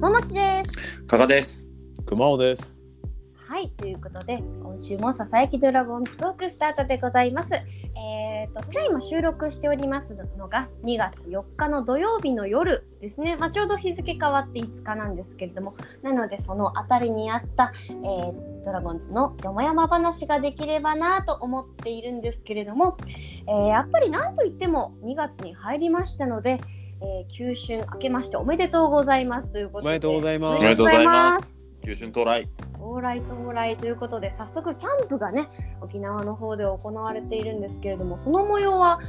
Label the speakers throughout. Speaker 1: ももちです。
Speaker 2: 加賀です。
Speaker 3: 熊尾です。
Speaker 1: はい、ということで、今週もささやきドラゴンズトークスタートでございます。えっ、と、ただいま収録しておりますのが、2月4日の土曜日の夜ですね。まあ、ちょうど日付変わって5日なんですけれども、なので、そのあたりにあった、えードラゴンズのよもやま話ができればなと思っているんですけれども、えーやっぱりなんといっても2月に入りましたので、えー、旧春明けましておめでとうございますということで。
Speaker 3: おめでとうございます
Speaker 2: おめでとうございます。九春到来。
Speaker 1: 到来到来ということで早速キャンプがね沖縄の方で行われているんですけれどもその模様は、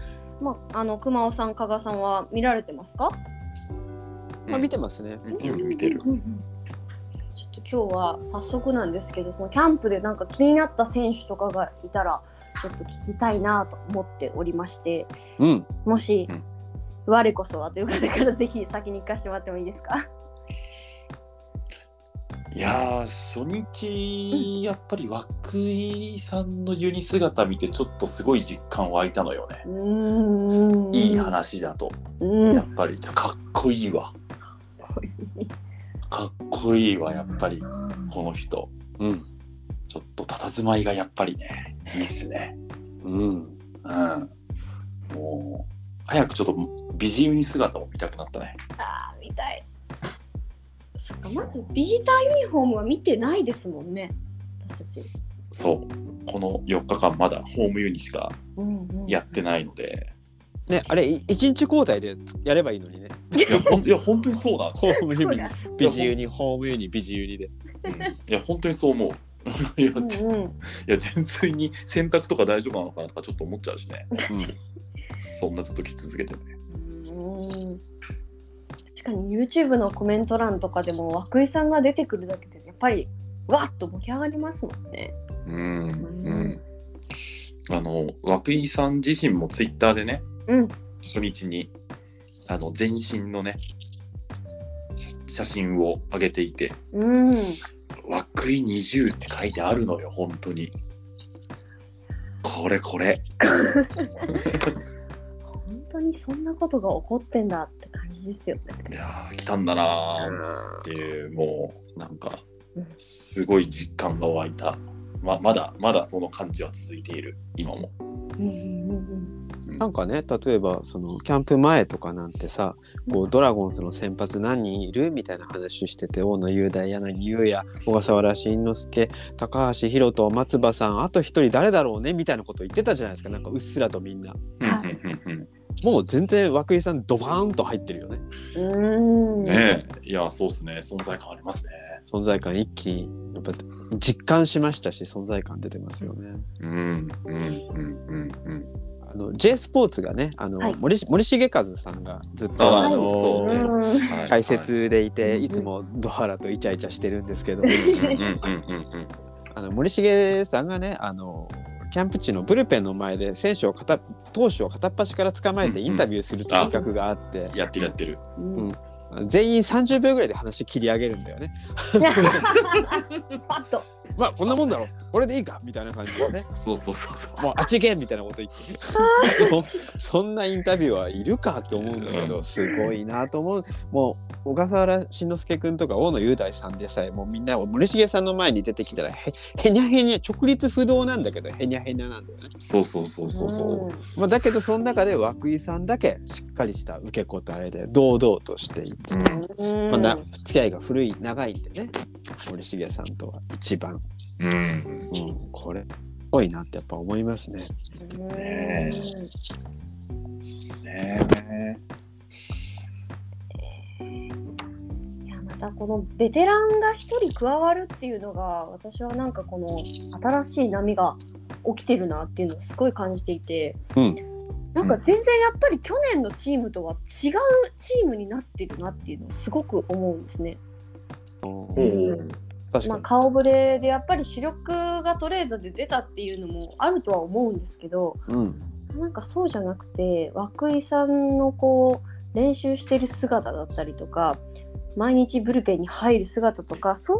Speaker 1: まあ、あの熊尾さん加賀さんは見られてますか
Speaker 3: まあ見てますね。
Speaker 2: 見てる見てる。
Speaker 1: ちょっと今日は早速なんですけどそのキャンプでなんか気になった選手とかがいたらちょっと聞きたいなと思っておりまして
Speaker 3: うん。
Speaker 1: もし、
Speaker 2: うん
Speaker 1: 我こそはということからぜひ先に行かしてもらってもいいですか
Speaker 2: いやー初日やっぱり涌井さんのユニ姿見てちょっとすごい実感湧いたのよね。いい話だと
Speaker 1: うん
Speaker 2: やっぱりちょっとかっこいい わ。かっこいいわやっぱりこの人。
Speaker 3: うん。
Speaker 2: ちょっと佇まいがやっぱりねいいっすね。
Speaker 3: うん。
Speaker 2: うん。もう早くちょっと美人ユニ姿を見たくなったね。
Speaker 1: みたい。そっか、まずビジターユニフォームは見てないですもんね。私たち。
Speaker 2: そうこの4日間まだホームユニしか
Speaker 1: うんうん
Speaker 2: やってないので、
Speaker 3: ね、あれ、い一日交代でやればいいのにね。
Speaker 2: いやほんいや本当にそうなんです
Speaker 3: ホームユ
Speaker 1: そう
Speaker 3: ニ
Speaker 1: だ、
Speaker 3: ビジユニ、ホームユニ、ビジユニで。
Speaker 2: うんいや本当にそう思う いや,、
Speaker 1: うん
Speaker 2: い
Speaker 1: うん、
Speaker 2: や純粋に洗濯とか大丈夫なのかなとかちょっと思っちゃうしねそんなずっと着続けてね
Speaker 1: うん確かに YouTube のコメント欄とかでも涌井さんが出てくるだけでやっぱりわっと盛り上がりますもんね。
Speaker 2: うん
Speaker 1: うん
Speaker 2: あの涌井さん自身もツイッターでね
Speaker 1: うん
Speaker 2: 初日にあの全身のね写写真を上げていて
Speaker 1: うん
Speaker 2: 「涌井20」って書いてあるのよ本当にこれこ れ
Speaker 1: 本当にそんなことが起こってんだって感じですよね。
Speaker 2: いやー来たんだなーっていうもうなんか
Speaker 1: うん
Speaker 2: すごい実感が湧いた、ままだまだその感じは続いている今も
Speaker 1: うんうんうん
Speaker 3: なんかね、例えば、そのキャンプ前とかなんてさ、こうドラゴンズの先発何人いるみたいな話してて、大野雄大、柳優也、小笠原慎之介、高橋宏斗、松葉さん、あと一人誰だろうねみたいなこと言ってたじゃないですか、なんかうっすらとみんな。
Speaker 1: はい
Speaker 2: うん
Speaker 3: もう全然涌井さん、ドバーンと入ってるよね。
Speaker 1: うんうん
Speaker 2: ねえいやそうですね存在感ありますね
Speaker 3: 存在感一気にやっぱ実感しましたし存在感出てますよね。
Speaker 2: うんうんうんうんうん
Speaker 3: あの J スポーツがねあの、
Speaker 1: はい
Speaker 3: 森し森重和さんがずっと、
Speaker 2: あ
Speaker 3: あ
Speaker 1: はい
Speaker 3: の
Speaker 2: そうね
Speaker 1: うん
Speaker 2: はい
Speaker 3: 解説でいて、
Speaker 1: はい
Speaker 3: い、つもドハラとイチャイチャしてるんですけど、
Speaker 2: はいうんうんうんうん
Speaker 3: あの森重さんがねあのキャンプ地のブルペンの前で選手を片投手を片っ端から捕まえて
Speaker 2: うん
Speaker 3: インタビューするという企画があって、
Speaker 2: やってるやってる
Speaker 1: うん
Speaker 3: 全員30秒ぐらいで話切り上げるんだよね。
Speaker 1: スパッと。
Speaker 3: まあこんなもんだろこれでいいかみたいな感じでね。
Speaker 2: そうそうそうそう
Speaker 3: もうあっち行けみたいなこと言ってそ そんなインタビューはいるかって思うんだけど、
Speaker 2: うん
Speaker 3: すごいなと思うもう小笠原慎之介君とか大野雄大さんでさえもうみんな森重さんの前に出てきたらへへにゃへにゃ直立不動なんだけどへにゃへにゃなんだよね、
Speaker 2: そうそうそうそうそう
Speaker 3: まあ、だけどその中で涌井さんだけしっかりした受け答えで堂々としていて、
Speaker 2: うん
Speaker 1: うん。
Speaker 3: まあ、な付き合いが古い長いんでね森重さんとは一番、
Speaker 2: うん
Speaker 3: うん、これっぽいなってやっぱ思いますね。
Speaker 1: うん
Speaker 2: ねそうですね
Speaker 1: いやまたこのベテランが一人加わるっていうのが私はなんかこの新しい波が起きてるなっていうのをすごい感じていて、
Speaker 3: うん
Speaker 1: なんか全然やっぱり去年のチームとは違うチームになってるなっていうのをすごく思うんですね。
Speaker 2: お
Speaker 3: うん
Speaker 2: お
Speaker 3: 確
Speaker 1: まあ、
Speaker 3: か
Speaker 1: 顔ぶれでやっぱり主力がトレードで出たっていうのもあるとは思うんですけど、
Speaker 3: に。うん
Speaker 1: なんかそうじゃなくて涌井さんのこう練習してる姿だったりとか毎日ブルペンに入る姿とかそうい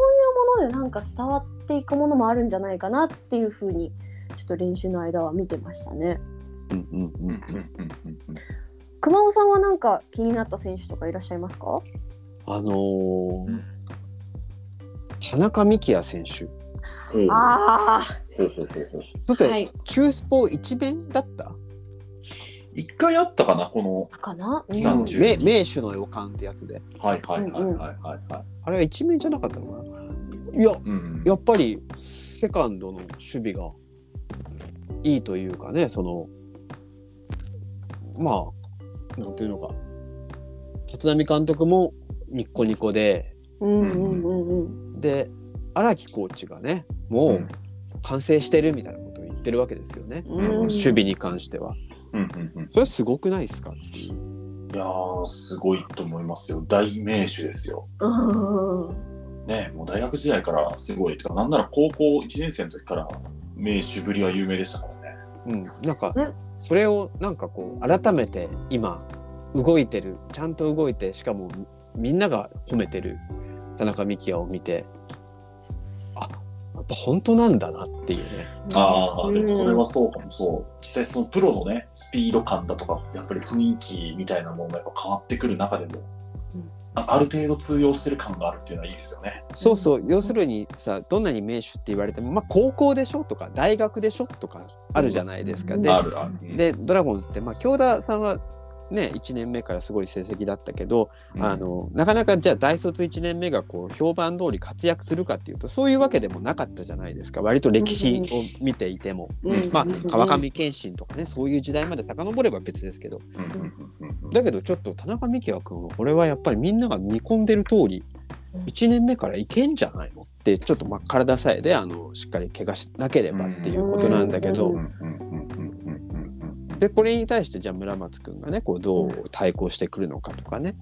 Speaker 1: うものでなんか伝わっていくものもあるんじゃないかなっていうふうにちょっと練習の間は見てましたね。
Speaker 3: うんうんう
Speaker 2: うんんうんうんうんうん
Speaker 1: 熊尾さんはなんか気になった選手とかいらっしゃいますか？
Speaker 3: ああのー
Speaker 2: うん
Speaker 3: 田中幹也選手ち
Speaker 2: ほう
Speaker 1: あ
Speaker 2: ほうほうほうほう
Speaker 3: ょっと、
Speaker 1: はい
Speaker 3: 中スポ一面だった、
Speaker 2: 一回あったかなこの
Speaker 1: あ、かな。
Speaker 2: 期
Speaker 1: う
Speaker 2: 間
Speaker 1: ん
Speaker 2: 中
Speaker 3: 名名手の予感ってやつで
Speaker 2: はいはいはいはいはいは
Speaker 3: あれは一面じゃなかったのかないや
Speaker 2: い。うん
Speaker 3: やっぱりセカンドの守備がいいというかねそのまあなんていうのか立浪監督もニッコニコで
Speaker 1: うんうんうんうん。
Speaker 3: で荒木コーチがねも
Speaker 2: うん
Speaker 3: う完成してるみたいなことを言ってるわけですよね、
Speaker 1: うん
Speaker 3: その守備に関しては。
Speaker 2: うんうんうん
Speaker 3: それすごくないですかっていう。
Speaker 2: いやーすごいと思いますよ大名手ですよ。
Speaker 1: うん。
Speaker 2: ねもう大学時代からすごいてかなんなら高校1年生の時から名手ぶりは有名でしたからね。
Speaker 3: うん、なんか
Speaker 1: ね
Speaker 3: それをなんかこう改めて今動いてるちゃんと動いてしかもみんなが褒めてる田中幹也を見てあやっぱ本当なんだなっていうね
Speaker 2: ああでもそれ
Speaker 1: うん
Speaker 2: はそうかもそう実際そのプロのねスピード感だとかやっぱり雰囲気みたいなものがやっぱ変わってくる中でも
Speaker 1: うん
Speaker 2: あある程度通用してる感があるっていうのはいいですよね。
Speaker 3: そうそう要するにさどんなに名手って言われても、まあ、高校でしょとか大学でしょとかあるじゃないですか、
Speaker 1: うん
Speaker 3: で
Speaker 2: あるある。うん
Speaker 3: でドラゴンズって、まあ、京田さんはね1年目からすごい成績だったけど、
Speaker 2: うん
Speaker 3: あのなかなかじゃあ大卒1年目がこう評判通り活躍するかっていうとそういうわけでもなかったじゃないですか割と歴史を見ていても、
Speaker 2: うん
Speaker 3: まあ川上謙信とかねそういう時代まで遡れば別ですけど
Speaker 2: うんうんうんうん
Speaker 3: だけどちょっと田中幹也君はこれはやっぱりみんなが見込んでる通り1年目からいけんじゃないのってちょっとまあ体さえであのしっかり怪我しなければっていうことなんだけ
Speaker 1: う
Speaker 3: ど。
Speaker 1: ん
Speaker 2: うんうんうんうんうんうんうん
Speaker 3: でこれに対してじゃあ村松君がねこうどう対抗してくるのかとかね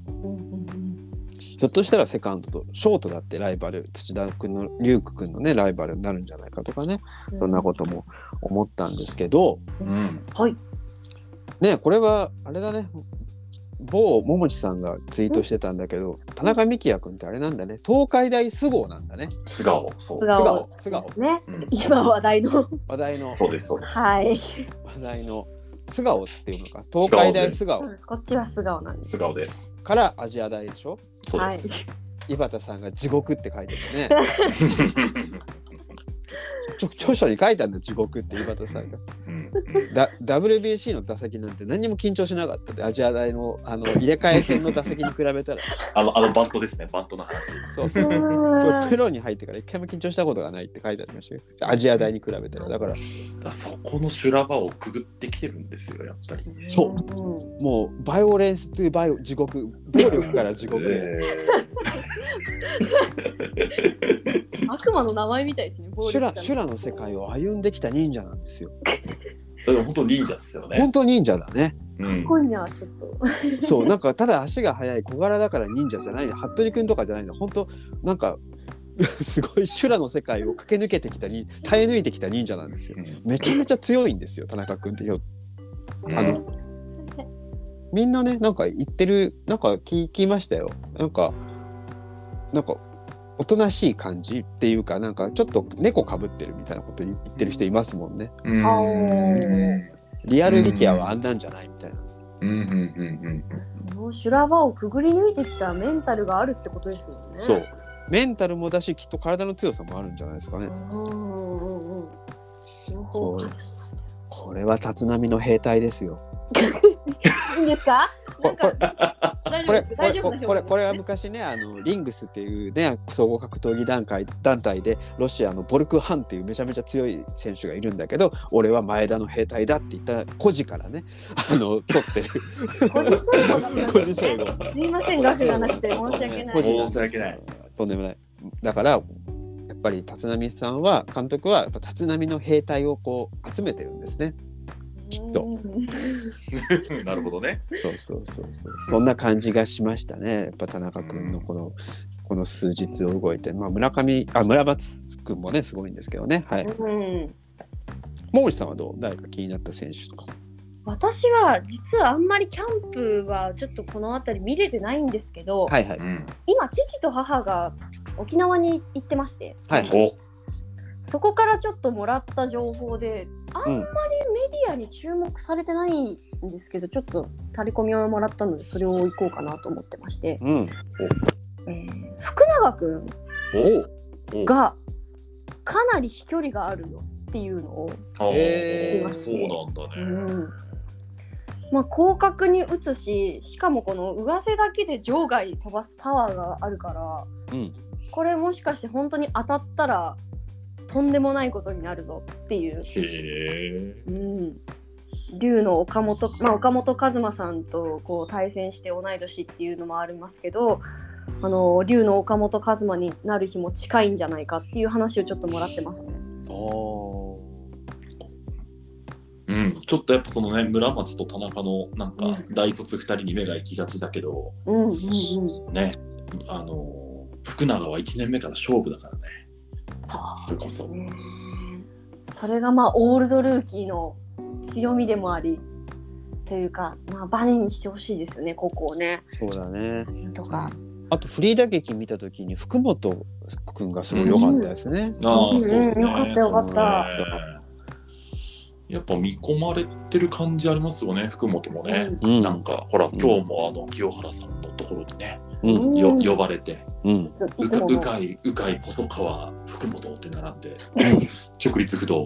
Speaker 3: ひょっとしたらセカンドとショートだってライバル土田君の龍空君のねライバルになるんじゃないかとかねそんなことも思ったんですけど
Speaker 2: うん
Speaker 1: と。はい。
Speaker 3: ねこれはあれだね某桃地さんがツイートしてたんだけど田中幹也君ってあれなんだね東海大菅生なんだね
Speaker 2: 素顔そ
Speaker 1: 素
Speaker 2: う
Speaker 3: 顔
Speaker 1: 顔。
Speaker 3: 素顔
Speaker 1: ね。
Speaker 2: うん
Speaker 1: 今話題の。
Speaker 3: 話題の
Speaker 2: そうですそうです。
Speaker 1: はい。
Speaker 3: 話題の菅生っていうのか東海大菅生
Speaker 1: こっちは素顔なんです。
Speaker 2: 素顔です。
Speaker 3: からアジア大でしょ
Speaker 2: そう
Speaker 1: は
Speaker 2: で
Speaker 1: い。
Speaker 2: す。
Speaker 3: 井端さんが地獄って書いてるね。ちょ著書に書いたんだよ地獄って井端さんが
Speaker 2: うん
Speaker 3: だ WBC の打席なんて何にも緊張しなかったってアジア大のあの入れ替え戦の打席に比べたら
Speaker 2: あのあのバントですねバントの話。
Speaker 3: そうそうそうプロに入ってから一回も緊張したことがないって書いてありましたよアジア大に比べたらだから
Speaker 2: だそこの修羅場をくぐってきてるんですよやっぱり。
Speaker 3: そう
Speaker 1: う。
Speaker 3: もうバイオレンスというバイオ地獄暴力から地獄へ
Speaker 1: 悪魔の名前みたいですね。暴力
Speaker 3: 修羅
Speaker 1: から
Speaker 3: 修羅の世界を歩んできた忍者なんですよ
Speaker 2: えーだから本当忍者ですよね
Speaker 3: 本。当忍者だね
Speaker 2: う
Speaker 1: か
Speaker 2: ん
Speaker 1: っこいいな、ちょっと。
Speaker 3: そうなんかただ足が速い小柄だから忍者じゃない服部君とかじゃないの本当なんかすごい修羅の世界を駆け抜けてきたり耐え抜いてきた忍者なんですよめちゃめちゃ強いんですよ田中君ってよ
Speaker 2: うん
Speaker 3: あのみんなねなんか言ってるなんか聞聞きましたよなんかなんかおとなしい感じっていうかなんかちょっと猫かぶってるみたいなこと言ってる人いますもんね
Speaker 2: うん
Speaker 1: あー
Speaker 3: リアル力也はあんなんじゃないみたいな
Speaker 2: うんうんうん
Speaker 1: その修羅場をくぐり抜いてきたメンタルがあるってことですよね。
Speaker 3: そう。メンタルもだしきっと体の強さもあるんじゃないですかね
Speaker 1: うんうんうん。両方
Speaker 3: そうこれは立浪の兵隊ですよ。
Speaker 1: いいんですか？な
Speaker 3: こ
Speaker 1: んか
Speaker 3: れ
Speaker 1: 大丈
Speaker 3: こ
Speaker 1: 夫です。大丈夫
Speaker 3: れこれこれ
Speaker 1: な
Speaker 3: これこれは
Speaker 1: 表現ですね
Speaker 3: 昔ねあのリングスっていうね総合格闘技団体団体でロシアのボルクハンっていうめちゃめちゃ強い選手がいるんだけど俺は前田の兵隊だって言った孤児からねあの取ってる
Speaker 1: 個人総合だった
Speaker 3: 孤
Speaker 1: んで
Speaker 3: 児
Speaker 1: すね
Speaker 3: 生後
Speaker 1: すいません、額がなくて申し訳な
Speaker 3: 個
Speaker 1: い。
Speaker 3: 人
Speaker 2: 申し訳ない
Speaker 3: とんでもないだからやっぱり立浪さんは監督はやっぱ立浪の兵隊をこう集めてるんですねきっと
Speaker 1: うん
Speaker 2: うん。なるほどね。。
Speaker 3: そうそうそうそう。そんな感じがしましたね。やっぱ田中君のこの、この数日を動いて、まあ村上、あ、村松君もね、すごいんですけどね。はい。
Speaker 1: うん。
Speaker 3: 桃地さんはどう誰か気になった選手とか。
Speaker 1: 私は実はあんまりキャンプはちょっとこの辺り見れてないんですけど、
Speaker 3: はいはいう
Speaker 2: ん。
Speaker 1: 今父と母が沖縄に行ってまして、
Speaker 3: はいはい。
Speaker 2: お
Speaker 1: そこからちょっともらった情報であんまりメディアに注目されてないんですけど、ちょっとタレコミをもらったのでそれを行こうかなと思ってまして
Speaker 3: うん。
Speaker 1: えー福永くん
Speaker 2: お
Speaker 1: がかなり飛距離があるよっていうのを、
Speaker 2: お
Speaker 3: え
Speaker 1: ー
Speaker 2: あーそうなんだ
Speaker 1: う
Speaker 2: ね。
Speaker 1: んまあ、広角に打つししかもこの上背だけで場外に飛ばすパワーがあるから
Speaker 3: うん
Speaker 1: これもしかして本当に当たったらとんでもないことになるぞっていう
Speaker 2: へえ。
Speaker 1: うん、龍の岡本、まあ、岡本和真さんとこう対戦して同い年っていうのもありますけどあの龍の岡本和真になる日も近いんじゃないかっていう話をちょっともらってますね。
Speaker 3: あー
Speaker 2: うん、ちょっとやっぱそのね村松と田中のなんか
Speaker 1: うん
Speaker 2: 大卒2人に目が行きがちだけど、
Speaker 1: うんうんうん、
Speaker 2: ねあの福永は1年目から勝負だからねそれこそ、
Speaker 1: ねそれがまあオールドルーキーの強みでもありというか、まあ、バネにしてほしいですよねここをね。
Speaker 3: そうだね。
Speaker 1: とか
Speaker 3: あとフリー打撃見たときに福本くんがすごい良かったですね。
Speaker 2: あ
Speaker 1: う
Speaker 2: あ
Speaker 1: ん
Speaker 2: そうですね
Speaker 1: よかったよかった
Speaker 2: そうですねやっぱ見込まれてる感じありますよね福本もね、
Speaker 3: うん、う
Speaker 2: なん
Speaker 3: ん、
Speaker 2: かほら今日もあの清原さんのところにね、
Speaker 3: うん、
Speaker 2: よ
Speaker 1: うん
Speaker 2: 呼ばれて
Speaker 3: うん
Speaker 1: い、つ
Speaker 2: う
Speaker 1: いつもの
Speaker 2: うかい、うかい、細川、福本って 並んで、直立不動、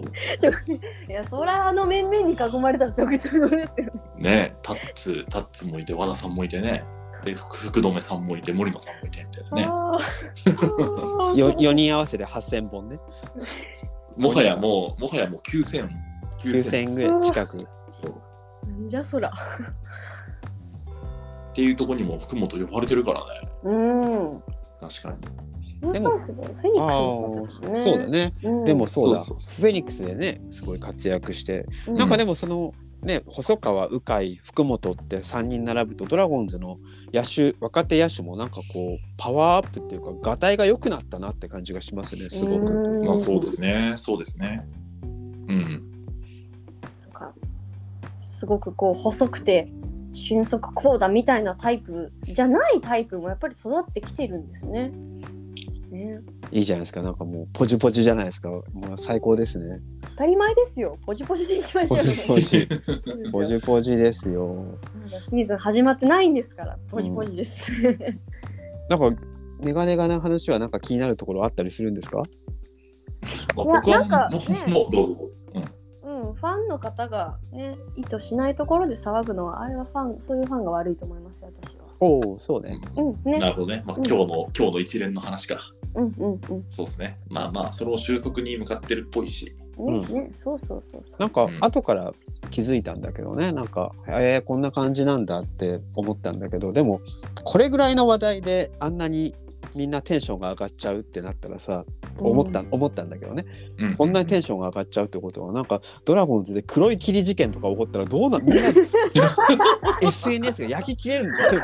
Speaker 1: いやそらあの面々に囲まれたらちょくちょくですよね。
Speaker 2: ね、タッツ、タッツもいて、和田さんもいてね、で福福留さんもいて、森野さんもいてみたいなね、
Speaker 1: あー
Speaker 3: よ四人合わせで8000本ね。
Speaker 2: もはやもう、もはやもう9000、
Speaker 3: 9000ぐらい近く。
Speaker 2: そう
Speaker 1: なんじゃそら。
Speaker 2: っていうところにも福本呼ばれてるからね、
Speaker 1: うん。
Speaker 2: 確かに。
Speaker 1: で
Speaker 3: で
Speaker 1: も
Speaker 3: も
Speaker 1: フェニックスも
Speaker 3: ー
Speaker 1: 勝
Speaker 3: そ
Speaker 1: てたしね。
Speaker 3: うだね。
Speaker 1: うん。
Speaker 3: でもそうだ。
Speaker 2: そうそうそ
Speaker 3: フェニックスでね、すごい活躍して、
Speaker 1: うん
Speaker 3: なんかでもそのね、細川、鵜飼、福本って三人並ぶとドラゴンズの野手、若手野手もなんかこうパワーアップっていうか、ガタイが良くなったなって感じがしますね。すごく。
Speaker 1: うん
Speaker 2: まあそうで。すね、そうですね。うん、
Speaker 1: なんかすごくこう細くて俊足高打みたいなタイプじゃないタイプもやっぱり育ってきてるんですね。ね。
Speaker 3: いいじゃないですか。なんかもうポジポジじゃないですか。もう最高ですね。
Speaker 1: 当たり前ですよ。ポジポジでいきましょ
Speaker 3: ポ
Speaker 1: うよ。
Speaker 3: ジポジ。
Speaker 1: そうですよ
Speaker 3: ポジポジですよ。
Speaker 1: まだシーズン始まってないんですからポジポジです。
Speaker 3: なんかネガネガな話はなんか気になるところあったりするんですか？
Speaker 2: まあ、
Speaker 1: いや
Speaker 2: 僕は
Speaker 1: なんか
Speaker 2: もう、
Speaker 1: ね
Speaker 2: もうどうぞどうぞ。うん
Speaker 1: うん、ファンの方がね意図しないところで騒ぐのはあれはファンそういうファンが悪いと思いますよ私は。
Speaker 3: おお、そうね。
Speaker 1: うんね
Speaker 2: なるほどね、まあ、今日の今日の一連の話か。
Speaker 1: うんうんうん
Speaker 2: そうですね。まあまあ、それを収束に向かってるっぽいし。
Speaker 1: ね,、
Speaker 3: うん
Speaker 1: ねそうそうそうそ
Speaker 3: な
Speaker 1: うん
Speaker 3: か
Speaker 2: うん
Speaker 3: 後から気づいたんだけどね。なんかえー、こんな感じなんだって思ったんだけど、でもこれぐらいの話題であんなにみんなテンションが上がっちゃうってなったらさ、思った、思ったんだけどね。
Speaker 2: うん
Speaker 3: こんなにテンションが上がっちゃうってことはなんかドラゴンズで黒い霧事件とか起こったらどうなんみんな SNS が焼き切れるんだよ。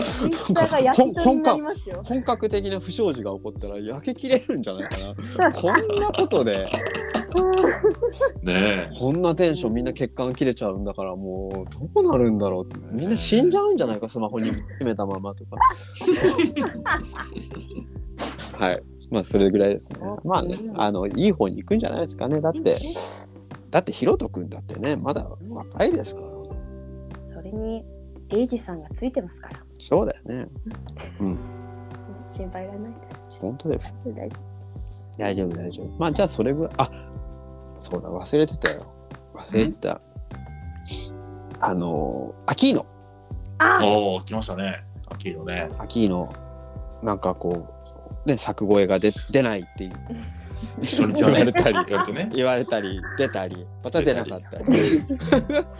Speaker 1: ツイッターが焼き鳥になりますよ。
Speaker 3: 本格的な不祥事が起こったら焼けきれるんじゃないか なこんなことで
Speaker 2: ねえ。
Speaker 3: こんなテンションみんな血管切れちゃうんだからもうどうなるんだろうってみんな死んじゃうんじゃないかスマホに秘めたままとかはいまあそれぐらいですねまあねあのいい方に行くんじゃないですかねだってだってひろとくんだってねまだ若いですから
Speaker 1: それにエイジさんがついてますから
Speaker 3: そうだよね
Speaker 1: うん心配いらないです。
Speaker 3: 本当です
Speaker 1: 大丈
Speaker 3: 大丈夫大丈夫まあじゃあそれぐらいあそうだ忘れてたよ忘れてたあのアキーノ
Speaker 2: おお、来ましたね。アキーノね。
Speaker 3: アキーノなんかこうね作声が出出ないっていう
Speaker 2: 初日
Speaker 3: 言
Speaker 2: は
Speaker 3: わ
Speaker 2: ね、
Speaker 3: れたり
Speaker 2: 言われてね。
Speaker 3: 言われた り出たりまた出なかったり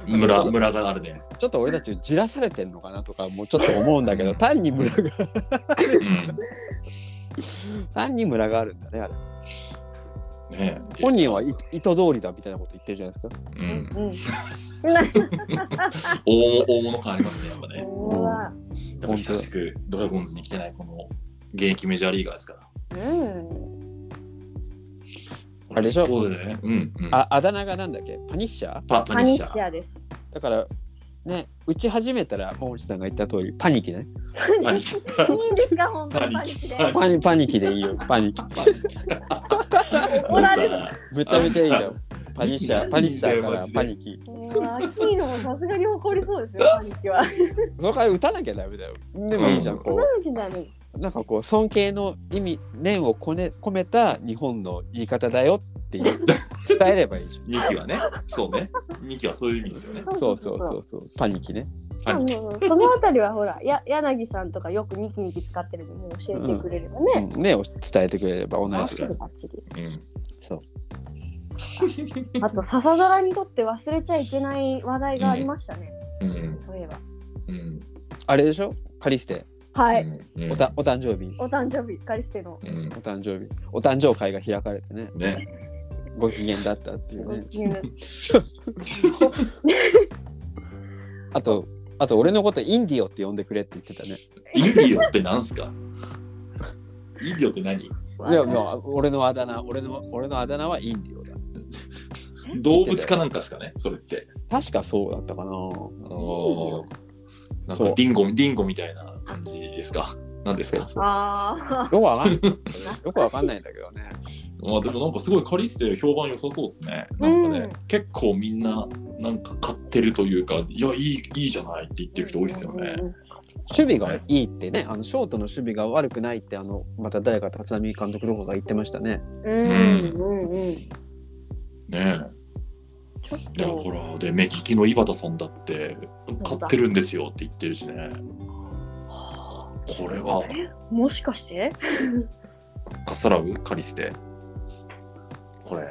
Speaker 2: 村、村があるね。
Speaker 3: ちょっと俺たちじらされてんのかなとかもうちょっと思うんだけど単に村が
Speaker 2: うん。
Speaker 3: 単に村があるんだねあれ
Speaker 2: ねえ
Speaker 3: 本人はい意図通りだみたいなこと言ってるじゃないですか
Speaker 2: う
Speaker 1: 夫。
Speaker 2: ん。
Speaker 1: うん。
Speaker 2: 大物、大物感ありますね、やっぱね。
Speaker 1: うわ
Speaker 2: やっぱ久しくドラゴンズに来てないこの現役メジャーリーガーですから。
Speaker 1: うん。
Speaker 3: あれでしょ
Speaker 2: 一方でね。うん、うん。
Speaker 3: ああだ名がなんだっけパニッシャー
Speaker 2: パ、
Speaker 1: パ
Speaker 2: パニ
Speaker 1: ニ
Speaker 2: ッ
Speaker 1: ッ
Speaker 2: シャ
Speaker 1: シ
Speaker 2: ー。
Speaker 1: ャーです。
Speaker 3: だからね打ち始めたら桃地さんが言った通りパニキね
Speaker 2: パニッシャー。
Speaker 1: いいんですか本当にパニッシャーで。
Speaker 3: パニパニキでいいよパニキ
Speaker 1: おられる。
Speaker 3: めちゃめちゃいいよパニッシャー、パニッシャーからパニキ。
Speaker 4: うわアキーノもさすがに怒りそうです よ、兄貴は。
Speaker 3: その代わり打たなきゃダメだよ。でもいいじゃん、
Speaker 2: うん
Speaker 3: こ
Speaker 1: なわけダメです。
Speaker 3: う。なんかこう、尊敬の意味、念をこね込めた日本の言い方だよって いう伝えればいいじ
Speaker 2: 二期はね、そうね。二期はそういう意味ですよね。
Speaker 3: ゃん。そうそうそうそう。パニキね。
Speaker 2: パニ
Speaker 1: そうそうそうそのあたりはほら、や柳さんとかよくニキニキ使ってるのもう教えてくれれば
Speaker 3: う
Speaker 1: ね。
Speaker 3: んねを伝えてくれれば同
Speaker 1: バッ
Speaker 3: じ
Speaker 1: チ
Speaker 3: だ
Speaker 1: リ。バッチリ。
Speaker 2: うん
Speaker 3: そう。
Speaker 1: あと笹皿にとって忘れちゃいけない話題がありましたね。
Speaker 2: うん
Speaker 1: そういえば。
Speaker 2: うん
Speaker 3: あれでしょカリステ。
Speaker 4: は
Speaker 2: う
Speaker 4: い。
Speaker 2: んうん
Speaker 3: おたお誕生日。
Speaker 4: お誕生日、カリステの。
Speaker 2: うん
Speaker 3: お誕生日。お誕生会が開かれてね。
Speaker 2: ね。
Speaker 3: ご機嫌だったっていう
Speaker 1: ご
Speaker 3: ね。
Speaker 1: 機嫌な
Speaker 3: あと、あと俺のことインディオって呼んでくれって言ってたね。
Speaker 2: インディオってなんすかインディオって何
Speaker 3: いや、もう俺のあだ名、俺の俺のあだ名はインディオだ。
Speaker 2: 動物かなんかですかねそれって。
Speaker 3: 確かそうだったかな。
Speaker 2: おーなん
Speaker 3: そ
Speaker 2: か
Speaker 3: う
Speaker 2: ディンゴ、ディンゴみたいな感じですかなんですか
Speaker 1: あ
Speaker 3: よくわか んない。よくわかんないんだけどね。
Speaker 2: まあでもなんかすごいカリステ評判良さそうですね。なんかね、
Speaker 1: うん
Speaker 2: 結構みんななんか買ってるというか、いや、いい、いいじゃないって言ってる人多いですよね。
Speaker 3: 守備がいいってね、あのショートの守備が悪くないって、あのまた誰か立浪監督の方が言ってましたね。
Speaker 1: ー。うんうんうん。
Speaker 2: ね
Speaker 1: ちょっ
Speaker 2: え。いや、ほ
Speaker 1: と。
Speaker 2: ら、で、目利きの井端さんだって、買ってるんですよって言ってるしね。これは、
Speaker 1: もしかして
Speaker 2: カサラウカリステ。これ。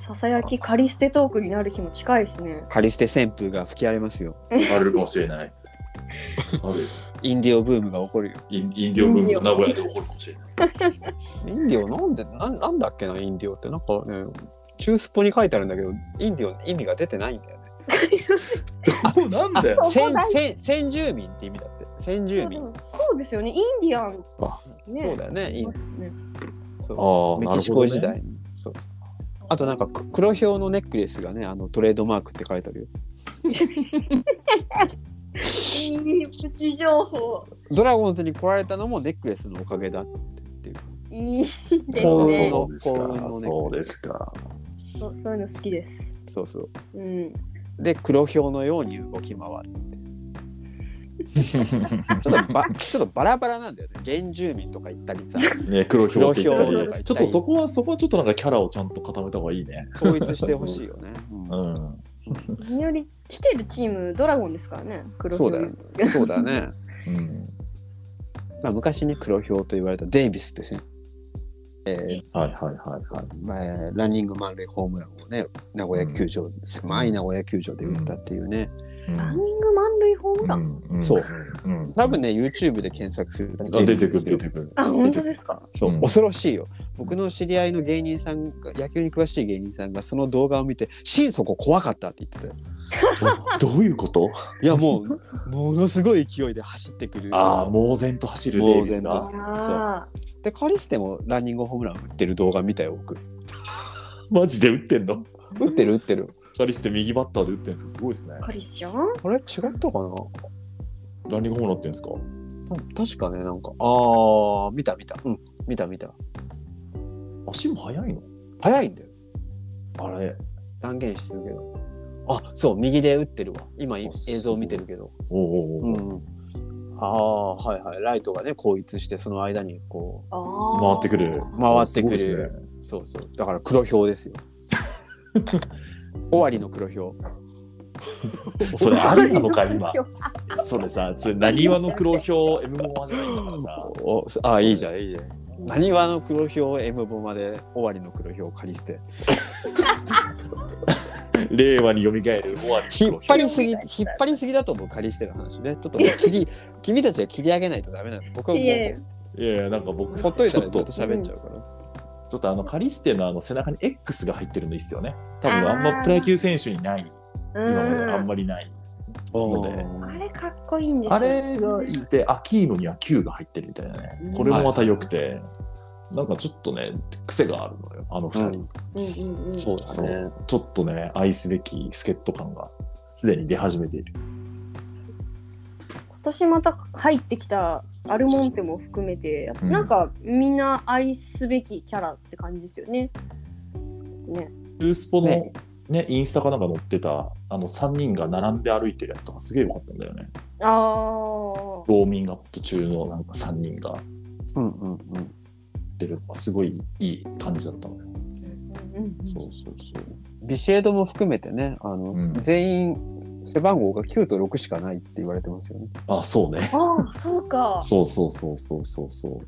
Speaker 1: ささやきカリステトークになる日も近いですね。
Speaker 3: カリステ旋風が吹き荒れますよ。
Speaker 2: あるかもしれない。ある
Speaker 3: インディオブームが起こるよ。
Speaker 2: インインディオブームが名古屋で起こるかもしれない。
Speaker 3: インディオなんで、なんなんだっけな、インディオって。なんかね、中スポに書いてあるんだけど、インディオの意味が出てないんだよね。
Speaker 2: なんだよ。
Speaker 3: あ先先先住民って意味だって。先住民。
Speaker 1: そうですよね。インディアン。ね
Speaker 3: そうだよね。イン
Speaker 1: そうですね
Speaker 3: そう
Speaker 2: あー
Speaker 3: メキシコ時代に、そうそうあとなんかく黒豹のネックレスがねあのトレードマークって書いてあるよ
Speaker 1: いいプチ情報。
Speaker 3: ドラゴンズに来られたのもネックレスのおかげだっていう
Speaker 1: いいです
Speaker 3: 幸
Speaker 1: ね
Speaker 3: 運。
Speaker 2: そうです
Speaker 3: 幸運の
Speaker 2: か。
Speaker 3: ね
Speaker 2: そうですか。
Speaker 1: そうそういうの好きです。
Speaker 3: そうそう
Speaker 1: うん。
Speaker 3: で黒豹のように動き回るちょっと ばちょっとバラバラなんだよね原住民とか言ったりさ
Speaker 2: ね、黒ひょうって言った
Speaker 1: 黒ひょうとか
Speaker 3: 言ったり
Speaker 2: り、ちょっとそこは、そこはちょっとなんかキャラをちゃんと固めた方がいいね。
Speaker 3: 統一してほしいよね、うん
Speaker 2: うん。
Speaker 1: により来てるチームドラゴンですからね。黒
Speaker 3: そう
Speaker 1: ひ
Speaker 3: だ
Speaker 1: ょ
Speaker 3: よ
Speaker 1: うですけど
Speaker 3: そうだ。ね、
Speaker 2: うん。
Speaker 3: まあ、昔ね黒豹と言われたデイビスですね
Speaker 2: はいはいはいはい。
Speaker 3: まあランニング満塁ホームランをね名古屋球場、狭い名古屋球場で打ったっていうね、
Speaker 1: ランニング満塁ホームラン。
Speaker 2: うん
Speaker 3: そう。
Speaker 2: うん
Speaker 3: 多分ね、YouTube で検索すると
Speaker 2: あ出てく
Speaker 3: で
Speaker 2: る
Speaker 3: す
Speaker 2: 出
Speaker 3: よ
Speaker 2: てくる。
Speaker 1: あ、本当ですか。
Speaker 3: そう、
Speaker 2: うん
Speaker 3: 恐ろしいよ。僕の知り合いの芸人さんが、野球に詳しい芸人さんが、その動画を見て、心底怖かったって言ってたよ。
Speaker 2: どどういうこと
Speaker 3: いや、もう、ものすごい勢いで走ってくる。
Speaker 2: ああ、猛然と走るデイビスが
Speaker 3: 猛。
Speaker 1: あー
Speaker 3: で、カリステもランニングホームラン打ってる動画見たよ、僕。
Speaker 2: マジで打ってんの
Speaker 3: 打ってる、打ってる。
Speaker 2: カリステ右バッターで打ってんすかすごいですね。
Speaker 1: カリスちゃん。
Speaker 3: あれ違ったかな
Speaker 2: ランニングホームラン打ってんすか
Speaker 3: 確かね、なんか、ああ、見た見た。うん、見た見た。
Speaker 2: 足も速いの
Speaker 3: 早いんだよ。
Speaker 2: あれ。
Speaker 3: 断言しするけど。あ、そう、右で打ってるわ。今、映
Speaker 2: あそう
Speaker 3: 像見てるけど。
Speaker 2: おうおうおう
Speaker 3: ああはいはいライトがね後逸してその間にこ
Speaker 1: あ
Speaker 2: 回
Speaker 1: あ
Speaker 2: ってくる。
Speaker 3: う回って
Speaker 2: す
Speaker 3: くる、
Speaker 2: ごいっすね
Speaker 3: そうそうだから黒豹 ですよ終わりの黒豹
Speaker 2: それあるのか 今。
Speaker 1: 今。
Speaker 2: それさ、それ何話の黒ひょう M モアじゃないんだから さ。
Speaker 3: おあいいじゃんいいじゃんなにわの黒豹 M ボマで終わりの黒豹を借り捨て
Speaker 2: 令和に蘇る終わり
Speaker 3: 引っ張りすぎ
Speaker 1: 黒
Speaker 3: 引っ張りすぎだと思う借り捨ての話ねちょっと ね切り君たちが切り上げないとダメなの僕はも
Speaker 1: いやいや
Speaker 3: う
Speaker 2: いやいや、なんか僕、
Speaker 3: ほっといたら
Speaker 2: ち
Speaker 3: ず
Speaker 2: ょ
Speaker 3: っ
Speaker 2: っ
Speaker 3: と
Speaker 2: と、
Speaker 3: 喋っちゃうから
Speaker 2: ちょっとあの、カリステのあの背中に X が入ってるのいいっすよね。多
Speaker 1: あー
Speaker 2: 分あんまプロ野球選手にない。
Speaker 1: う
Speaker 2: 今まであん
Speaker 1: ん。
Speaker 2: まりない。
Speaker 3: お
Speaker 1: あ
Speaker 2: な
Speaker 3: ー
Speaker 1: れかっこいいんですよ。
Speaker 2: あれがいて、アキーノには Q が入ってるみたいなね
Speaker 1: うん。
Speaker 2: これもまた良くて、なんかちょっとね、癖があるのよ、あの二人。
Speaker 1: うんうんうん。
Speaker 3: そうだね
Speaker 2: ちょっとね、愛すべき助っ人感がすでに出始めている。
Speaker 1: 今年また入ってきたアルモンテも含めて、
Speaker 2: うん
Speaker 1: なんかみんな愛すべきキャラって感じですよね。ね。
Speaker 2: ルースポの、
Speaker 3: ね
Speaker 2: ねインスタかなんか載ってたあの3人が並んで歩いてるやつとかすげえよかったんだよね
Speaker 1: ああ。
Speaker 2: ウォーミングアップ中のなんか3人が
Speaker 3: うんうんうん。
Speaker 2: 出るのがすごいいい感じだったのよ
Speaker 3: そうそうそう。ビシエドも含めてね、あの、
Speaker 2: うん
Speaker 3: 全員背番号が9と6しかないって言われてますよね。
Speaker 2: あそうね
Speaker 1: ああ、そうか。
Speaker 2: そうそうそうそうそうそう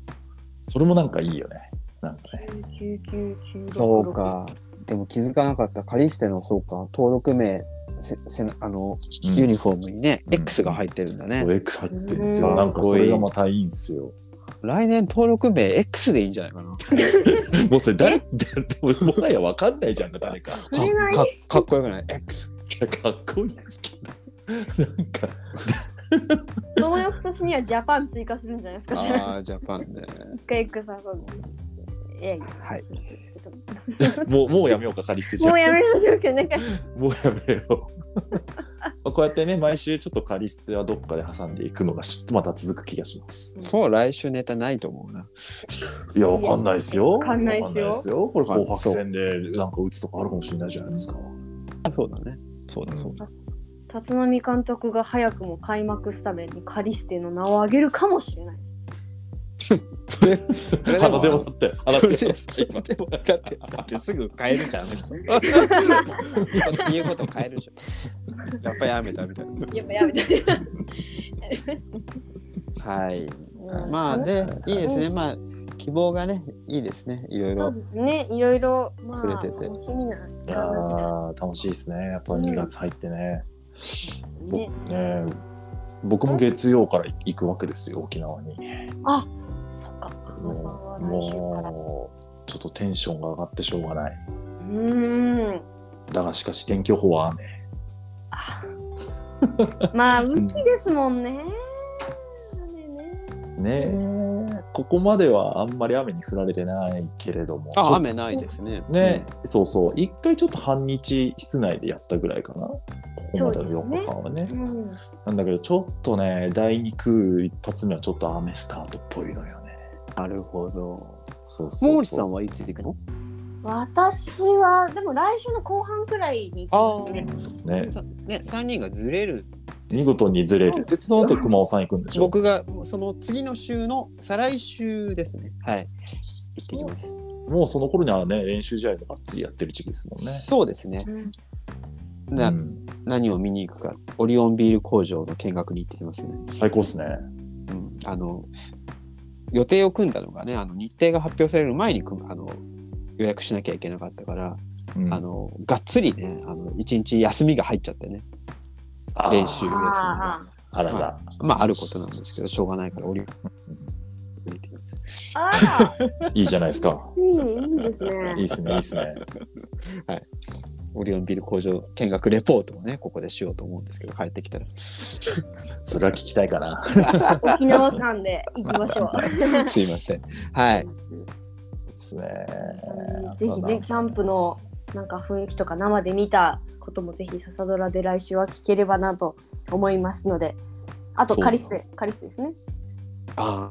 Speaker 2: それもなんかいいよねなんかね
Speaker 1: 九九九六
Speaker 3: そう。か。でも気づかなかった。カリステのそうか、登録名、せせなあ
Speaker 2: う
Speaker 3: の、
Speaker 2: ん
Speaker 3: ユニフォームにね、
Speaker 2: うん
Speaker 3: X が入ってるんだね
Speaker 2: そ。う X 入ってるんですよ
Speaker 1: うん
Speaker 2: なんかそれがまたいいんですよ
Speaker 3: 来年登録名 X でいいんじゃないかな。か
Speaker 2: もうそれ誰でももはやわかんないじゃんか誰か
Speaker 1: 触れない
Speaker 3: かかっこよくない ?X。
Speaker 2: いやかっこいいけどなんか
Speaker 1: その翌年にはジャパン追加するんじゃないですか。
Speaker 3: ああ、ジャパン ね。
Speaker 1: 一回 X さんの。ええ。
Speaker 3: はい
Speaker 1: そうですけど
Speaker 2: もうもうやめようか仮捨てちゃ
Speaker 1: も
Speaker 2: う
Speaker 1: うやめましょうけど、なんか。
Speaker 2: もう やめよう。こうやってね、毎週ちょっと仮捨てはどっかで挟んでいくのが、ちょっとまた続く気がします。
Speaker 3: もう来週ネタないと思うな。
Speaker 2: いや、わかんないですよ。
Speaker 1: わかんないっすよ
Speaker 2: わかんこれ、紅白戦でなんか打つとかあるかもしれないじゃないですか。
Speaker 3: そうだね。そうだそうだ。
Speaker 1: 立浪監督が早くも開幕スタメンにカリステの名を挙げるかもしれないです。
Speaker 3: それ、そ れで
Speaker 2: 鼻
Speaker 3: も
Speaker 2: で笑って、鼻で
Speaker 3: それ
Speaker 2: 笑
Speaker 3: で
Speaker 2: って今
Speaker 3: もだってだってすぐ変えるじゃんあの人 言うこと変えるじゃんやっぱりやめたみたいな
Speaker 1: やっぱやめて。やめますね
Speaker 3: はい
Speaker 1: うん
Speaker 3: まあでいいですねまあ希望がねいいですねいろい
Speaker 1: そ
Speaker 3: ろ
Speaker 1: うですね。いろいろ、まあ、
Speaker 3: 触れてて
Speaker 1: 楽しみない期間
Speaker 2: や
Speaker 1: だけ
Speaker 2: ー楽しいですね。やっぱり2月入ってね。
Speaker 1: どね。
Speaker 2: ね僕も月曜から行くわけですよ、沖縄に。
Speaker 1: あ、そっか。花さんは来週から。
Speaker 2: もう、ちょっとテンションが上がってしょうがない。
Speaker 1: うーん。
Speaker 2: だがしかし天気予報は雨。
Speaker 1: まあ、雨季ですもんね。雨ね
Speaker 2: ねここまではあんまり雨に降られてないけれども。
Speaker 3: あ雨ないですね
Speaker 2: ね、そうそう。一回ちょっと半日室内でやったぐらいかな。ここまでの4日間はね。
Speaker 1: うん。
Speaker 2: なんだけど、ちょっとね、第2空一発目はちょっと雨スタートっぽいのよね。
Speaker 3: なるほど
Speaker 2: そうそうそう
Speaker 3: 毛利さんはいつ行くの
Speaker 1: 私は、でも来週の後半くらいに行きますね。
Speaker 2: ね、
Speaker 3: さね三人がずれる
Speaker 2: 見事にずれ
Speaker 1: そう
Speaker 2: る。
Speaker 1: です
Speaker 2: 鉄
Speaker 1: よ
Speaker 2: 道の後熊尾さん行くんでしょ
Speaker 3: 僕がその次の週の再来週ですねはい行ってきます
Speaker 2: もうその頃にはね、練習試合とかっつりやってる時期ですもんね。
Speaker 3: そうですね
Speaker 1: うん
Speaker 3: な
Speaker 2: うん
Speaker 3: 何を見に行くかオリオンビール工場の見学に行ってきますね、
Speaker 2: 最高ですね。
Speaker 3: うん、あの予定を組んだのがねあの日程が発表される前に組むあの予約しなきゃいけなかったから、
Speaker 2: うん
Speaker 3: あのがっつりねあの一日休みが入っちゃってね
Speaker 2: あー
Speaker 3: 練習休みが
Speaker 1: あ
Speaker 2: あらら。
Speaker 3: まああることなんですけどしょうがないからオリオンビールに行ってきます
Speaker 1: ーあー、
Speaker 2: いいじゃないです か。
Speaker 1: いい、いいです
Speaker 2: いい
Speaker 1: ね。
Speaker 2: っすね、いいっすね。
Speaker 3: オリオンビール工場見学レポートをねここでしようと思うんですけど帰ってき たら
Speaker 2: それは聞きたいかな。
Speaker 1: 沖縄間で行きまし ょう。
Speaker 3: すいませんはい
Speaker 2: ですね。
Speaker 1: ぜひね、キャンプのなんか雰囲気とか生で見たこともぜひ笹ドラで来週は聞ければなと思いますので、あと
Speaker 3: そう
Speaker 1: カリステ、カリステですね。
Speaker 3: あ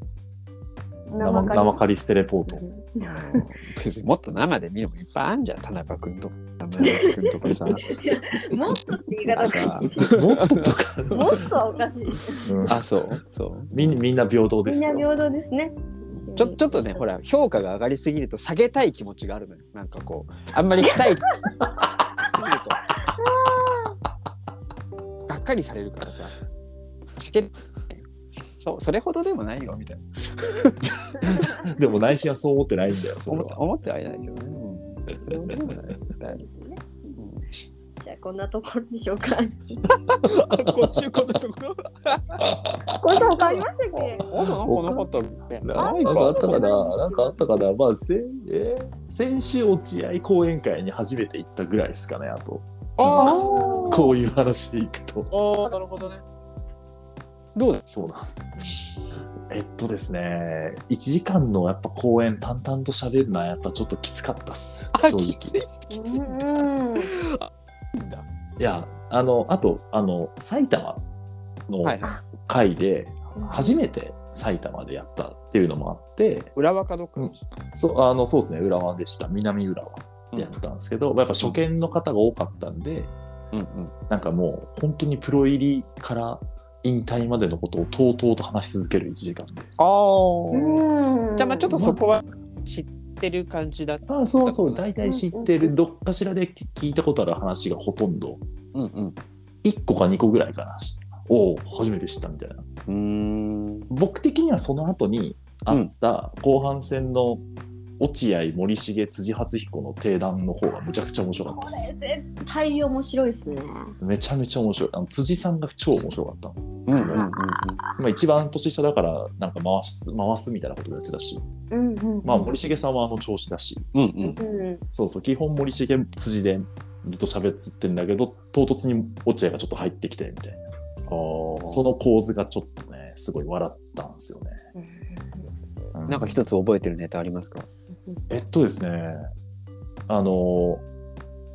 Speaker 2: 生
Speaker 1: カリステ
Speaker 2: 生カリステレポート。
Speaker 3: ー別にもっと生で見るもいっぱいあんじゃん田中君とか山内君とか さ
Speaker 1: もっとって言い方おかし
Speaker 2: もっととか、
Speaker 1: い。もっとはおかしい。
Speaker 2: うん
Speaker 3: あそうそう
Speaker 2: みんみんな平等で
Speaker 1: みん
Speaker 2: す
Speaker 1: な
Speaker 2: よ。
Speaker 1: 平等ですね。
Speaker 3: ちょちょっとねほら評価が上がりすぎると下げたい気持ちがあるのよなんかこうあんまり期待見るとがっかりされるからさ下げそうそれほどでもないよみたいな
Speaker 2: でも内心はそう思ってないんだよ、それ
Speaker 3: 思っ
Speaker 2: は。
Speaker 3: 思ってはいないけどね、うん、それほどでもないだいぶねうん
Speaker 1: じゃあこんなところでしょうか。
Speaker 3: あ今週こんなと ころ
Speaker 1: こんな他ありましたっ け？
Speaker 3: あとなんかな
Speaker 2: なんかあ
Speaker 3: かった
Speaker 2: ったかな、なんかあったかな、まあ、先えー先週落合講演会に初めて行ったぐらいですかね、あと。
Speaker 3: あ
Speaker 1: お
Speaker 2: こういう話でいくと。
Speaker 3: ーあーなるほどねどうだ
Speaker 2: そうなんです。えっとですね、1時間のやっぱ公演淡々と喋るのはやっぱちょっときつかったっす。
Speaker 3: あ
Speaker 2: 正
Speaker 3: き
Speaker 2: 直。
Speaker 3: ついきつい
Speaker 1: うんうん。
Speaker 2: いや、あの、あと、あの、埼玉の
Speaker 3: はいはい
Speaker 2: 会で、初めて埼玉でやったっていうのもあって、
Speaker 3: 裏若どっか
Speaker 2: そう、あの、そうですね、浦和でした。南浦和。でやったんですけど、まあやっぱ初見の方が多かったんで、
Speaker 3: うんうん
Speaker 2: なんかもう本当にプロ入りから引退までのことをとうとうと話し続ける1時間で。
Speaker 3: あー
Speaker 1: うん
Speaker 3: じゃあまあちょっとそこは知ってる感じだった
Speaker 2: あそうそう、大体知ってる、どっかしらで聞いたことある話がほとんど、
Speaker 3: うんうん
Speaker 2: 1個か2個ぐらいかな、おお、初めて知ったみたいな。
Speaker 3: うーん
Speaker 2: 僕的にはその後にあった後半戦の落合森重辻初彦の定談の方がむちゃくちゃ面白かった
Speaker 1: こ
Speaker 2: で
Speaker 1: れ
Speaker 2: す
Speaker 1: 絶対面白いですね。
Speaker 2: めちゃめちゃ面白いあの辻さんが超面白かったの、
Speaker 3: うんうんうんうん
Speaker 2: まあ、一番年下だからなんか回す回すみたいなことをやってたし、
Speaker 1: うんうん。
Speaker 2: まあ、森重さんはあの調子だし
Speaker 3: うんうん
Speaker 1: うん。
Speaker 2: そうそう基本森重辻でずっと喋ってんだけど唐突に落合がちょっと入ってきてみたいな
Speaker 3: あー
Speaker 2: その構図がちょっとねすごい笑ったんですよね、う
Speaker 3: なんか一つ覚えてるネタありますか
Speaker 2: えっとですね、あの、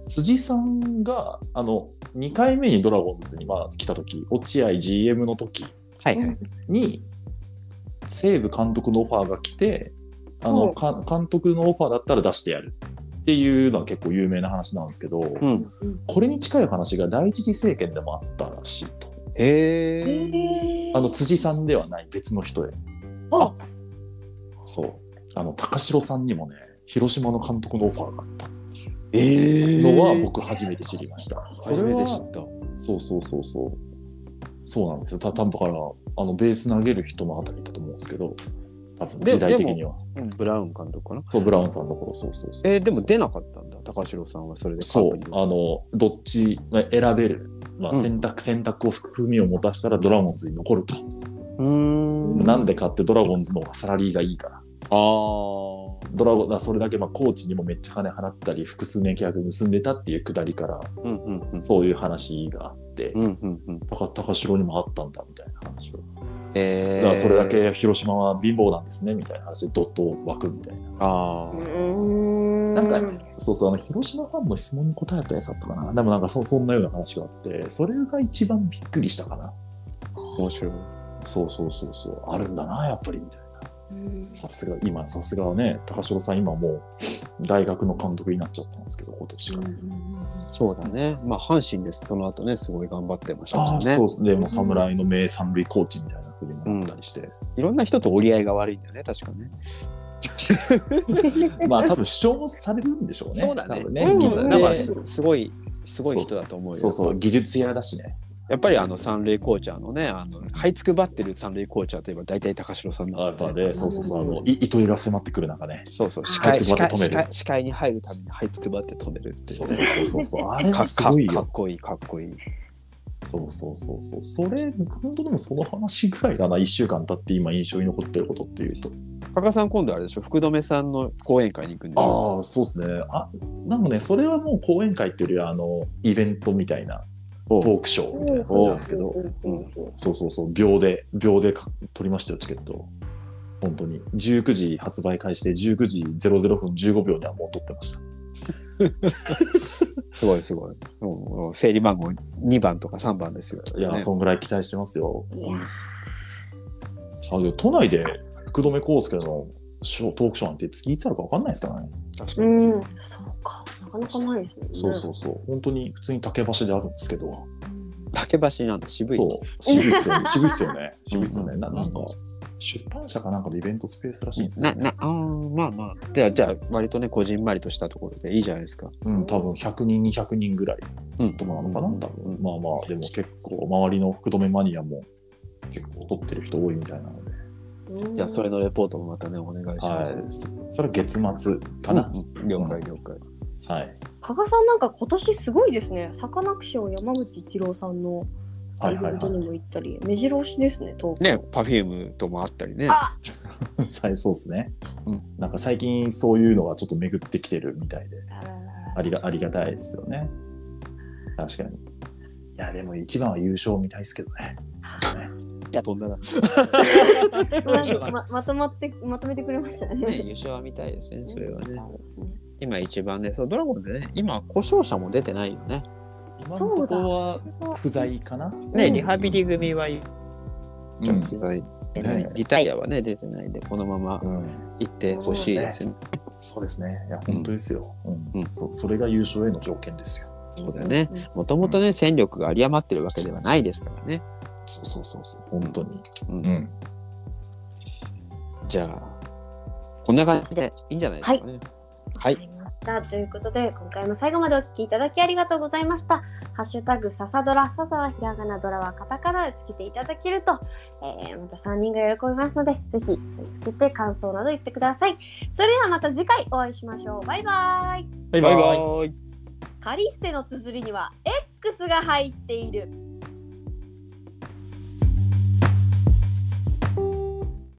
Speaker 2: 辻さんが、あの、2回目にドラゴンズにまあ来た時落合 GM の時
Speaker 3: はいはい
Speaker 2: に、西武監督のオファーが来て、あの、
Speaker 1: うん
Speaker 2: か監督のオファーだったら出してやるっていうのは結構有名な話なんですけど、
Speaker 3: うん
Speaker 2: これに近い話が第一次政権でもあったらしいと。
Speaker 3: へ
Speaker 1: え
Speaker 3: え
Speaker 2: あの、辻さんではない別の人へ。
Speaker 1: あ
Speaker 2: そう。あの、高城さんにもね、広島の監督のオファーがあった。
Speaker 3: え
Speaker 2: のは僕初めて知りました。そ
Speaker 3: 初
Speaker 2: れ
Speaker 3: め
Speaker 2: は
Speaker 3: て知った
Speaker 2: そうそうそうそう。そうなんですよ。た多分だからあのベース投げる人のあたりだと思うんですけど、多分
Speaker 3: で
Speaker 2: 時代的には。
Speaker 3: うんブラウン監督かな
Speaker 2: そうブラウンさんの頃そうそうそう。
Speaker 3: えーでも出なかったんだ高城さんはそれでカ
Speaker 2: そ
Speaker 3: ー
Speaker 2: う
Speaker 3: プには
Speaker 2: あのどっちまあ選べる、まあ、
Speaker 3: うん
Speaker 2: 選択、選択を含みを持たせたらドラゴンズに残ると、
Speaker 3: うーん
Speaker 1: うん
Speaker 2: なんでかってドラゴンズの方がサラリーがいいから
Speaker 3: あー
Speaker 2: ドラゴンだからそれだけまあコーチにもめっちゃ金払ったり複数年契約結んでたっていうくだりから
Speaker 3: うんうんうん
Speaker 2: そういう話があって、
Speaker 3: うんうんうん
Speaker 2: 高高城にもあったんだみたいな話をだ
Speaker 3: え
Speaker 2: から
Speaker 3: ー
Speaker 2: それだけ広島は貧乏なんですねみたいな話でどっと湧くみたいな。
Speaker 3: あー
Speaker 1: うん。
Speaker 2: なんか、そうそう、あの、広島ファンの質問に答えたやつだったかな。でもなんかそ、そんなような話があって、それが一番びっくりしたかな。
Speaker 3: 面白い
Speaker 2: そうそうそうそう、あるんだな、やっぱり、みたいな。さすが、今、さすがはね、高城さん、今もう、大学の監督になっちゃったんですけど、今年から。
Speaker 3: そうだねまあ阪神ですその後ねすごい頑張ってました
Speaker 2: あ
Speaker 3: か
Speaker 2: あ、
Speaker 3: らね
Speaker 2: そう、でも、侍の名三塁コーチみたいなふうにもなったりして、
Speaker 3: いろんな人と折り合いが悪いんだよね確かね
Speaker 2: まあ、多分主張もされるんでしょうね。多分ね、
Speaker 1: うん
Speaker 2: 技術
Speaker 1: うん
Speaker 3: なんか
Speaker 2: ね
Speaker 3: すすごいすごい人だと思うよ
Speaker 2: そうそう、技術屋だしね。
Speaker 3: やっぱりあの三塁コーチャーのねあの這いつくばってる三塁コーチャーといえば大体高城さんだ
Speaker 2: あやっぱ
Speaker 3: ね
Speaker 2: ね、そうそうそう、あの、い糸井が迫ってくる中ね。
Speaker 3: そうそう視
Speaker 2: 這い
Speaker 3: 界
Speaker 2: つく
Speaker 3: 視
Speaker 2: ばっ
Speaker 3: 界
Speaker 2: て止める
Speaker 3: 視界視界に入るために這いつくばって止めるっていう
Speaker 2: そう
Speaker 3: ね
Speaker 2: そうそうそうそう、あれ
Speaker 3: か
Speaker 2: はすごい
Speaker 3: かかっ
Speaker 2: よ。
Speaker 3: こいいかっこいい
Speaker 2: そうそうそうそう、それ、本当でもその話ぐらいかな、一週間経って今印象に残ってることっていうと。
Speaker 3: 加賀さん今度あれでしょ福留さんの講演会に行くんでしょ
Speaker 2: ああ、そうですね。あ、なんかね、それはもう講演会っていうよりは、あの、イベントみたいな。トークショーみたいな感じなんですけど、うんそうそうそう、秒で、秒でか取りましたよ、チケット。本当に。19時発売開始で、19時00分15秒にはもう取ってました。
Speaker 3: すごいすごいうんうん整理番号2番とか3番ですよ
Speaker 2: いや、
Speaker 3: ね
Speaker 2: そんぐらい期待してますよ。
Speaker 1: いや
Speaker 2: あでも都内で福留康介のショートークショーなんて月いつあるか分かんないですからね。
Speaker 3: 確かに
Speaker 1: うん。そうか。なかなかないですよね。
Speaker 2: そうそうそう。本当に普通に竹橋であるんですけど。
Speaker 3: 竹橋なんて渋い
Speaker 2: そう。渋いっす よね。渋いっすよね。渋いっすよね。ななんか、出版社かなんかでイベントスペースらしいんですよ。
Speaker 3: ななあーまあまあではじゃあ割とねこじんまりとしたところでいいじゃないですか
Speaker 2: うん、多分100人、200人ぐらい
Speaker 3: うん
Speaker 2: とかなのかな、
Speaker 3: うん
Speaker 2: 多分まあまあ、でも結構、周りの福留マニアも結構撮ってる人多いみたいなので。
Speaker 1: うん。
Speaker 3: じゃあそれのレポートもまたねお願いします、
Speaker 2: はい。そそれは月末か
Speaker 3: かな
Speaker 2: な。、
Speaker 3: 了解了解
Speaker 2: はい。
Speaker 1: 加賀さんなんか今年すごいですね。サカナクション山口一郎さんの
Speaker 2: はい
Speaker 1: イベ
Speaker 2: はい
Speaker 1: ントに
Speaker 2: は
Speaker 1: も行ったり、目白押しですね、東京。
Speaker 3: ねパフュームともあったりね
Speaker 1: あ
Speaker 2: い。最そうっすね
Speaker 3: うん。
Speaker 2: なんか最近そういうのがちょっと巡ってきてるみたいで。
Speaker 1: あららら
Speaker 2: ありがありがたいですよね。確かに。いや、でも一番は優勝みたいですけどね。
Speaker 3: いや飛んだな、ね、
Speaker 1: まままとまってまとめてくれましたね。
Speaker 3: 優勝は見たいで す ねそれはね
Speaker 1: そうですね
Speaker 3: 今一番ねそうドラゴンズね今故障者も出てないよね
Speaker 2: 今
Speaker 1: そう
Speaker 2: の
Speaker 1: だ
Speaker 2: ところは不在かな。
Speaker 3: ね、
Speaker 1: うん
Speaker 3: リハビリ組は
Speaker 2: じゃあ
Speaker 3: 不在、
Speaker 2: ね
Speaker 3: リタイアはね出てないんでこのまま
Speaker 2: うん
Speaker 3: 行ってほしいですね、
Speaker 2: そうですね。いや、本当ですよ。うん。
Speaker 3: うん
Speaker 2: そそれが優勝への条件ですよ。
Speaker 3: そうだよね。もともとね、戦力が有り余ってるわけではないですからね。
Speaker 2: そうそうそうそう。本当に。
Speaker 3: うん
Speaker 2: うん。
Speaker 3: じゃあ、こんな感じでいいんじゃないですかね。はい
Speaker 1: わかりましたということで今回も最後までお聞きいただきありがとうございました「ハッシュタグささドラ」ささはひらがなドラはカタカナでつけていただけると、えーまた3人が喜びますのでぜひそれつけて感想など言ってくださいそれではまた次回お会いしましょうバイバイ
Speaker 2: バイ
Speaker 3: バイ
Speaker 2: バイ
Speaker 3: バ。イ。
Speaker 1: カリステの綴りには X が入っている